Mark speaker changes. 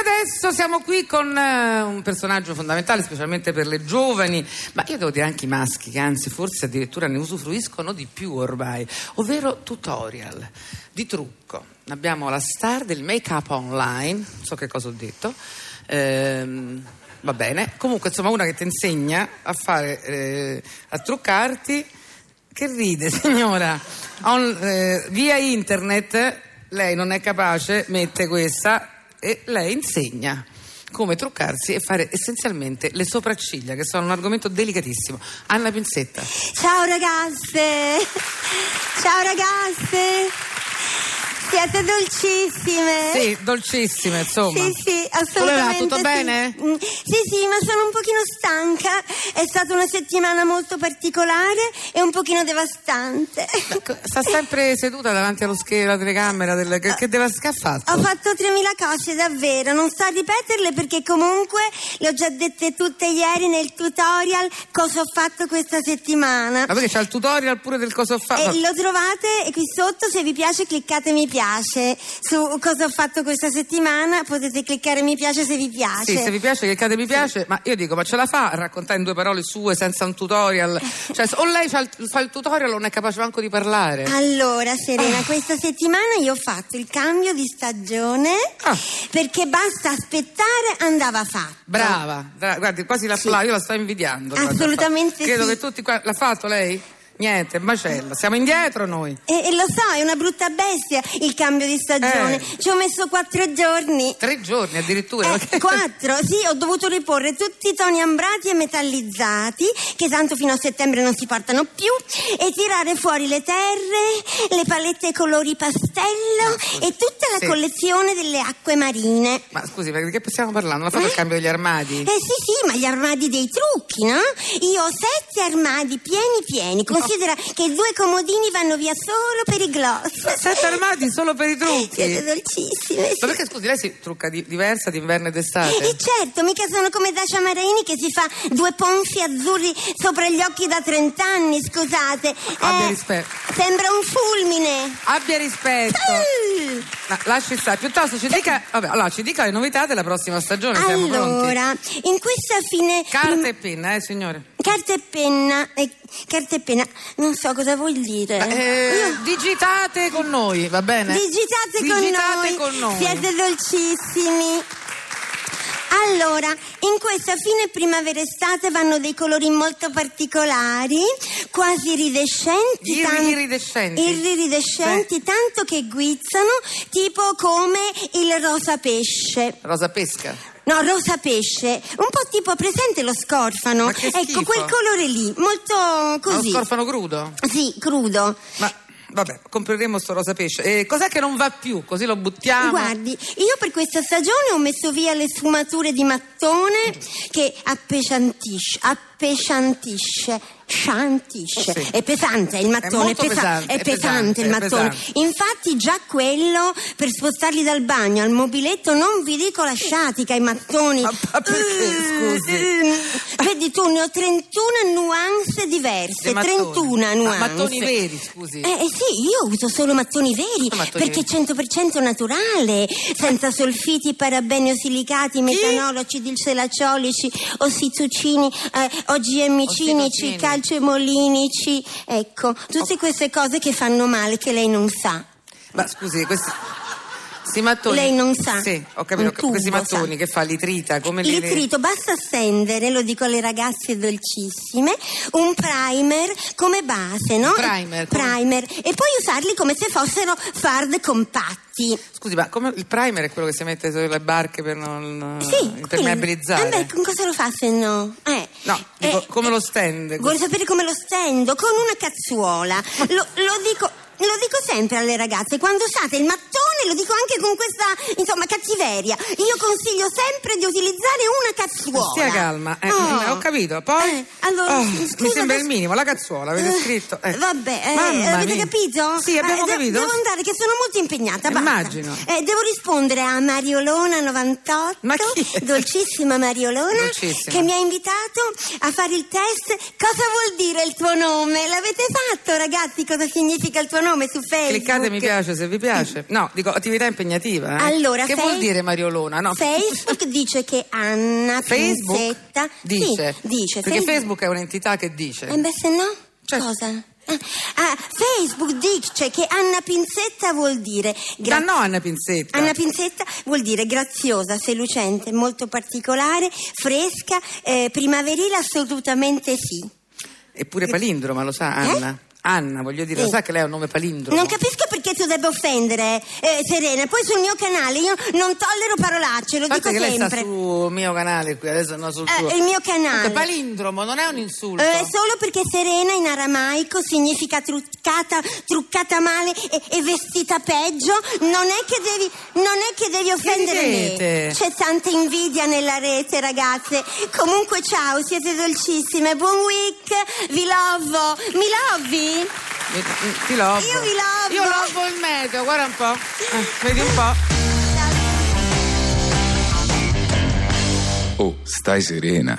Speaker 1: adesso siamo qui con eh, un personaggio fondamentale, specialmente per le giovani, ma io devo dire anche i maschi, che anzi forse addirittura ne usufruiscono di più ormai, ovvero tutorial di trucco. Abbiamo la star del make-up online, non so che cosa ho detto. Ehm, va bene. Comunque, insomma, una che ti insegna a fare, eh, a truccarti. Che ride, signora. On- eh, via internet lei non è capace, mette questa e lei insegna come truccarsi e fare essenzialmente le sopracciglia, che sono un argomento delicatissimo. Anna Pinzetta.
Speaker 2: Ciao ragazze! Ciao ragazze! Siete dolcissime!
Speaker 1: Sì, dolcissime, insomma.
Speaker 2: Sì, sì, assolutamente.
Speaker 1: Come va? Tutto
Speaker 2: sì.
Speaker 1: bene?
Speaker 2: Mm, Sì, sì, ma sono un pochino stanca. È stata una settimana molto particolare e un pochino devastante.
Speaker 1: Sta sempre seduta davanti allo schermo, alla telecamera, del- che, che deve che ha fatto?
Speaker 2: Ho fatto 3000 cose davvero, non sto a ripeterle perché comunque le ho già dette tutte ieri nel tutorial cosa ho fatto questa settimana.
Speaker 1: Ma perché c'ha il tutorial pure del cosa ho fatto?
Speaker 2: E Eh, lo trovate qui sotto, se vi piace cliccate mi piace. Su cosa ho fatto questa settimana potete cliccare mi piace se vi
Speaker 1: Sì,
Speaker 2: piace.
Speaker 1: se vi piace, cliccate mi piace, ma io dico, ma ce la fa a raccontare in due parole sue senza un tutorial? Cioè, o lei fa il, fa il tutorial o non è capace manco di parlare.
Speaker 2: Ah, Allora,
Speaker 1: Ah.
Speaker 2: Serena, questa settimana io ho fatto il cambio di stagione
Speaker 1: Ah.
Speaker 2: perché basta aspettare andava fatto.
Speaker 1: Brava, bra- guardi, quasi la fa, io la sto invidiando. guarda.
Speaker 2: Assolutamente
Speaker 1: Credo
Speaker 2: sì.
Speaker 1: che tutti qua... L'ha fatto lei? Niente, macella, siamo indietro noi.
Speaker 2: E, e lo so, è una brutta bestia il cambio di stagione.
Speaker 1: Eh.
Speaker 2: Ci ho messo quattro giorni.
Speaker 1: Tre giorni addirittura.
Speaker 2: Eh, quattro, sì, ho dovuto riporre tutti i toni ambrati e metallizzati, che tanto fino a settembre non si portano più, e tirare fuori le terre, le palette colori pastello e tutta la
Speaker 1: sì.
Speaker 2: collezione delle acque marine.
Speaker 1: Ma scusi, perché che stiamo parlando? L'ha fatto il cambio degli
Speaker 2: Eh
Speaker 1: armadi?
Speaker 2: sì sì, ma gli armadi dei trucchi, no? Io ho sette armadi pieni pieni, considera che due comodini vanno via solo per i gloss.
Speaker 1: Sette armadi solo per i trucchi.
Speaker 2: Siete dolcissime. eh, sì.
Speaker 1: Ma perché scusi, lei si trucca di- diversa d'inverno e
Speaker 2: E
Speaker 1: d'estate?
Speaker 2: certo, mica sono come Dacia Marini che si fa due ponfi azzurri sopra gli occhi da 30 anni, scusate. Eh,
Speaker 1: Abbia rispetto.
Speaker 2: Sembra un fulmine.
Speaker 1: Abbia rispetto.
Speaker 2: Mm.
Speaker 1: Ma lasci stare, piuttosto ci dica, vabbè, allora, ci dica le novità della prossima stagione, siamo pronti.
Speaker 2: Allora, mm. in questa fine...
Speaker 1: Carta e penna, eh signore.
Speaker 2: Carta e penna, eh, carta e penna, non so cosa vuol dire.
Speaker 1: Eh,
Speaker 2: Ah.
Speaker 1: digitate con noi, va bene?
Speaker 2: Digitate,
Speaker 1: Digitate
Speaker 2: con
Speaker 1: con
Speaker 2: noi,
Speaker 1: noi.
Speaker 2: siete dolcissimi. Allora, in questa fine primavera-estate vanno dei colori molto particolari, quasi iridescenti.
Speaker 1: Irri-
Speaker 2: tan-
Speaker 1: iridescenti.
Speaker 2: Iridescenti, tanto che guizzano, tipo come il rosa pesce.
Speaker 1: Rosa pesca.
Speaker 2: No, rosa pesce, un po' tipo presente lo scorfano.
Speaker 1: Ma che schifo.
Speaker 2: ecco, quel colore lì, molto
Speaker 1: Lo
Speaker 2: così.
Speaker 1: scorfano crudo.
Speaker 2: Sì, crudo.
Speaker 1: Ma vabbè, compreremo sto rosa pesce. Eh, cos'è che non va più? Così lo buttiamo.
Speaker 2: Guardi, io per questa stagione ho messo via le sfumature di mattone che appesantisce, appesantisce, sciantisce.
Speaker 1: Sì.
Speaker 2: È pesante il mattone,
Speaker 1: molto pesante,
Speaker 2: è
Speaker 1: è pesante,
Speaker 2: pesante il
Speaker 1: è
Speaker 2: mattone.
Speaker 1: pesante.
Speaker 2: Infatti già quello per spostarli dal bagno al mobiletto non vi dico la sciatica, i mattoni.
Speaker 1: Ma- ma perché, scusi?
Speaker 2: Mm, Vedi tu, ne ho 31 nuance diverse,
Speaker 1: Dei mattoni.
Speaker 2: 31
Speaker 1: Ma
Speaker 2: nuance.
Speaker 1: mattoni veri, scusi.
Speaker 2: Eh, eh sì, io uso solo mattoni veri
Speaker 1: Come mattoni
Speaker 2: perché 100% naturale, senza solfiti, parabeni o silicati, metanolo, acidilselaciolici, ossitucini, eh, OGM cinici,
Speaker 1: Ossitocini.
Speaker 2: calcemolinici, ecco, tutte queste cose che fanno male che lei non sa.
Speaker 1: Ma scusi, questi questi mattoni.
Speaker 2: Lei non sa.
Speaker 1: Sì, ho
Speaker 2: Un
Speaker 1: capito.
Speaker 2: tubo
Speaker 1: questi mattoni
Speaker 2: sa.
Speaker 1: che fa l'itrita, come li-
Speaker 2: Litrito, basta stendere, lo dico alle ragazze dolcissime, un primer come base, no?
Speaker 1: Primer, come-
Speaker 2: Primer. E poi usarli come se fossero fard compatti.
Speaker 1: Scusi, ma come il primer è quello che si mette sulle barche per non eh,
Speaker 2: Sì,
Speaker 1: impermeabilizzare?
Speaker 2: Vabbè, con cosa lo fa se no? Eh.
Speaker 1: No, dico, come lo stende?
Speaker 2: Vuole sapere come lo stendo? Con una cazzuola. Lo, lo dico. Lo dico sempre alle ragazze, quando usate il mattone lo dico anche con questa, insomma, cattiveria. Io consiglio sempre di utilizzare una cazzuola.
Speaker 1: Stia calma, eh,
Speaker 2: Oh.
Speaker 1: ho capito. Poi
Speaker 2: Eh, allora,
Speaker 1: Oh,
Speaker 2: scusa,
Speaker 1: mi sembra
Speaker 2: adesso-
Speaker 1: il minimo, la cazzuola, avete
Speaker 2: Eh,
Speaker 1: scritto. eh.
Speaker 2: Vabbè, eh,
Speaker 1: Mamma
Speaker 2: avete
Speaker 1: mia.
Speaker 2: capito?
Speaker 1: Sì, abbiamo
Speaker 2: Eh, de-
Speaker 1: capito.
Speaker 2: Devo andare che sono molto impegnata.
Speaker 1: Eh,
Speaker 2: basta.
Speaker 1: immagino.
Speaker 2: Eh, devo rispondere a Mariolona98,
Speaker 1: Ma chi è?
Speaker 2: dolcissima Mariolona,
Speaker 1: Dolcissima.
Speaker 2: che mi ha invitato a fare il test. Cosa vuol dire il tuo nome? L'avete fatto, ragazzi? Cosa significa il tuo nome su Facebook?
Speaker 1: Cliccate mi piace se vi piace. No, dico, attività impegnativa. eh?
Speaker 2: Mm. Allora,
Speaker 1: che
Speaker 2: Face-
Speaker 1: vuol dire Mariolona? No.
Speaker 2: Facebook dice che Anna
Speaker 1: Facebook
Speaker 2: Pinzetta
Speaker 1: dice,
Speaker 2: Sì, dice
Speaker 1: perché Facebook è un'entità che dice.
Speaker 2: Eh beh, se no,
Speaker 1: Cioè-
Speaker 2: cosa? Ah, ah, Facebook dice che Anna Pinzetta vuol dire
Speaker 1: Da
Speaker 2: gra-
Speaker 1: no Anna Pinzetta.
Speaker 2: Anna Pinzetta vuol dire graziosa, seducente, molto particolare, fresca, eh, primaverile, assolutamente sì. Eh?
Speaker 1: Eppure palindroma, lo sa Anna. Anna, voglio dire, lo
Speaker 2: Sì.
Speaker 1: sa che lei ha un nome palindromo.
Speaker 2: Eh? Non capisco perché tu debba offendere, eh, Serena. Poi sul mio canale io non tollero parolacce, lo
Speaker 1: Tanto
Speaker 2: dico
Speaker 1: che lei sta
Speaker 2: sempre.
Speaker 1: sul mio canale qui, adesso no sul
Speaker 2: Eh,
Speaker 1: suo. Ecco,
Speaker 2: il mio canale.
Speaker 1: Dunque, palindromo non è un insulto.
Speaker 2: Eh, solo perché Serena in aramaico significa truccata, truccata male e, e vestita peggio, non è che devi, non è che devi offendere
Speaker 1: ridete?
Speaker 2: me. C'è tanta invidia nella rete, ragazze. Comunque, ciao, siete dolcissime. Buon week, vi lovo. Mi lovi?
Speaker 1: Mi- mi- Ti lovo.
Speaker 2: Io vi
Speaker 1: Io
Speaker 2: lovo.
Speaker 1: lovo il meteo, guarda un po'. Eh, vedi un po'.
Speaker 3: Oh, stai serena.